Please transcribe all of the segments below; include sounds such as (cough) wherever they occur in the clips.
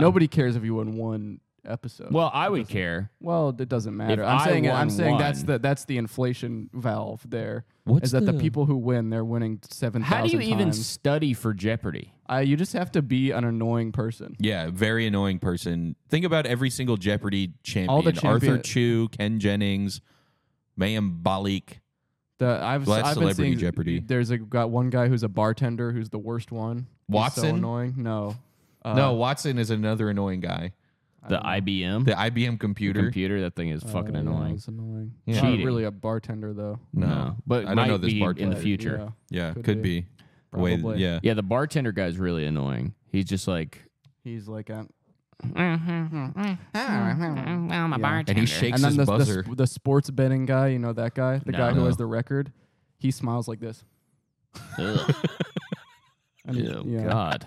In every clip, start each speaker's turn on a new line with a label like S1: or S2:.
S1: Nobody cares if you won one episode.
S2: Well, I would care.
S1: Well, it doesn't matter.
S2: If
S1: I'm
S2: I
S1: saying I'm
S2: won
S1: saying that's
S2: one-
S1: the that's the inflation valve there. Is
S2: What's
S1: that the,
S2: the-
S1: people who win they're winning seven thousand?
S2: How do you even
S1: times.
S2: study for Jeopardy?
S1: Uh, you just have to be an annoying person.
S3: Yeah, very annoying person. Think about every single Jeopardy champion.
S1: All the
S3: Arthur
S1: champion-
S3: Chu, Ken Jennings, Mayim Balik.
S1: The I've
S3: Well, that's
S1: I've been
S3: Celebrity
S1: seeing
S3: Jeopardy.
S1: There's a got one guy who's a bartender who's the worst one. He's so
S3: Watson?
S1: annoying. No. Uh,
S3: no, Watson is another annoying guy.
S2: The IBM
S3: The IBM computer.
S2: computer, that thing is fucking
S1: Oh, yeah,
S2: annoying.
S1: It's annoying.
S3: Yeah.
S1: Not
S2: Cheating.
S1: really a bartender though.
S3: No,
S2: but
S3: I don't
S2: might
S3: know this
S2: be
S3: bartender.
S2: in the future. Yeah.
S3: Yeah, could,
S1: Could
S3: be.
S1: be.
S3: The way-
S1: Probably.
S3: yeah.
S2: the bartender guy's really annoying. He's just like,
S1: He's like a,
S4: I'm a bartender.
S3: And he shakes
S1: and then
S3: his
S1: the, the,
S3: buzzer.
S1: sp- the sports betting guy, you know that guy, the guy who
S3: No.
S1: has the record, he smiles like this.
S3: (laughs)
S2: Ugh,
S1: And he-
S2: ew,
S1: yeah,
S2: God.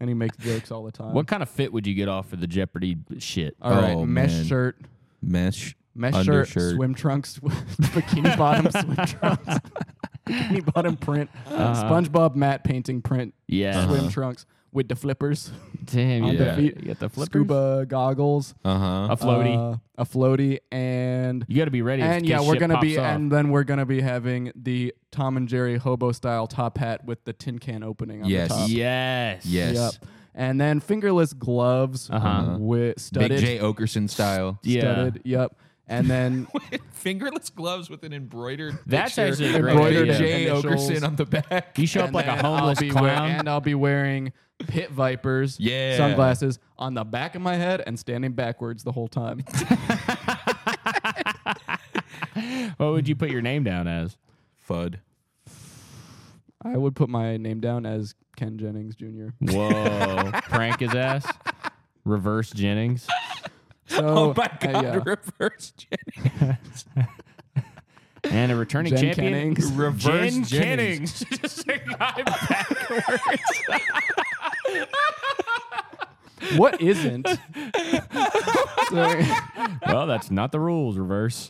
S1: and he makes jokes all the time.
S2: What kind of fit would you get off for the Jeopardy shit?
S1: All right,
S3: Oh,
S1: mesh
S3: man.
S1: shirt,
S3: Mesh.
S1: mesh
S3: Undershirt.
S1: shirt, swim trunks, (laughs) bikini bottom
S2: (laughs)
S1: swim trunks, (laughs) bikini bottom print,
S2: Uh-huh.
S1: SpongeBob matte painting print,
S2: Yeah.
S1: swim trunks with the flippers,
S2: Damn,
S1: on
S2: you,
S1: the
S2: got,
S1: feet,
S2: you got the flippers?
S1: scuba goggles,
S3: Uh huh.
S2: A floaty.
S1: uh, a floaty, and
S2: you got to be ready. if
S1: and
S2: this
S1: yeah, we're
S2: shit
S1: gonna
S2: pops
S1: be
S2: off.
S1: and then we're gonna be having the Tom and Jerry hobo style top hat with the tin can opening on
S3: Yes.
S1: the top.
S2: yes.
S3: Yes.
S1: Yep. And then fingerless gloves
S2: Uh-huh.
S1: with
S3: Big
S1: studded,
S3: J Okerson style.
S2: Yeah.
S1: studded. Yep. And
S2: (laughs)
S1: then (laughs)
S3: Fingerless gloves with an embroidered.
S2: That's
S3: picture.
S2: actually a great
S3: embroidered
S2: idea.
S3: J
S1: Initials.
S3: Okerson on the back.
S2: You show up
S1: and
S2: like a
S1: then I'll
S2: homeless
S1: be
S2: clown.
S1: wear- and I'll be wearing pit vipers,
S3: Yeah.
S1: sunglasses on the back of my head and standing backwards the whole
S2: (laughs)
S1: time.
S2: what would you put your name down as?
S3: Fud.
S1: I would put my name down as Ken Jennings Jr. (laughs)
S2: Whoa. Prank his ass. Reverse Jennings.
S1: So,
S3: Oh my
S1: uh,
S3: God!
S1: yeah.
S3: (laughs) Reverse J.
S2: And a returning
S1: Jen
S2: champion.
S1: Kennings.
S3: Reverse
S2: Jen
S3: Jennings.
S2: Kennings. (laughs) Just a guy backwards.
S1: What isn't? Sorry.
S2: (laughs) well, that's not the rules, reverse.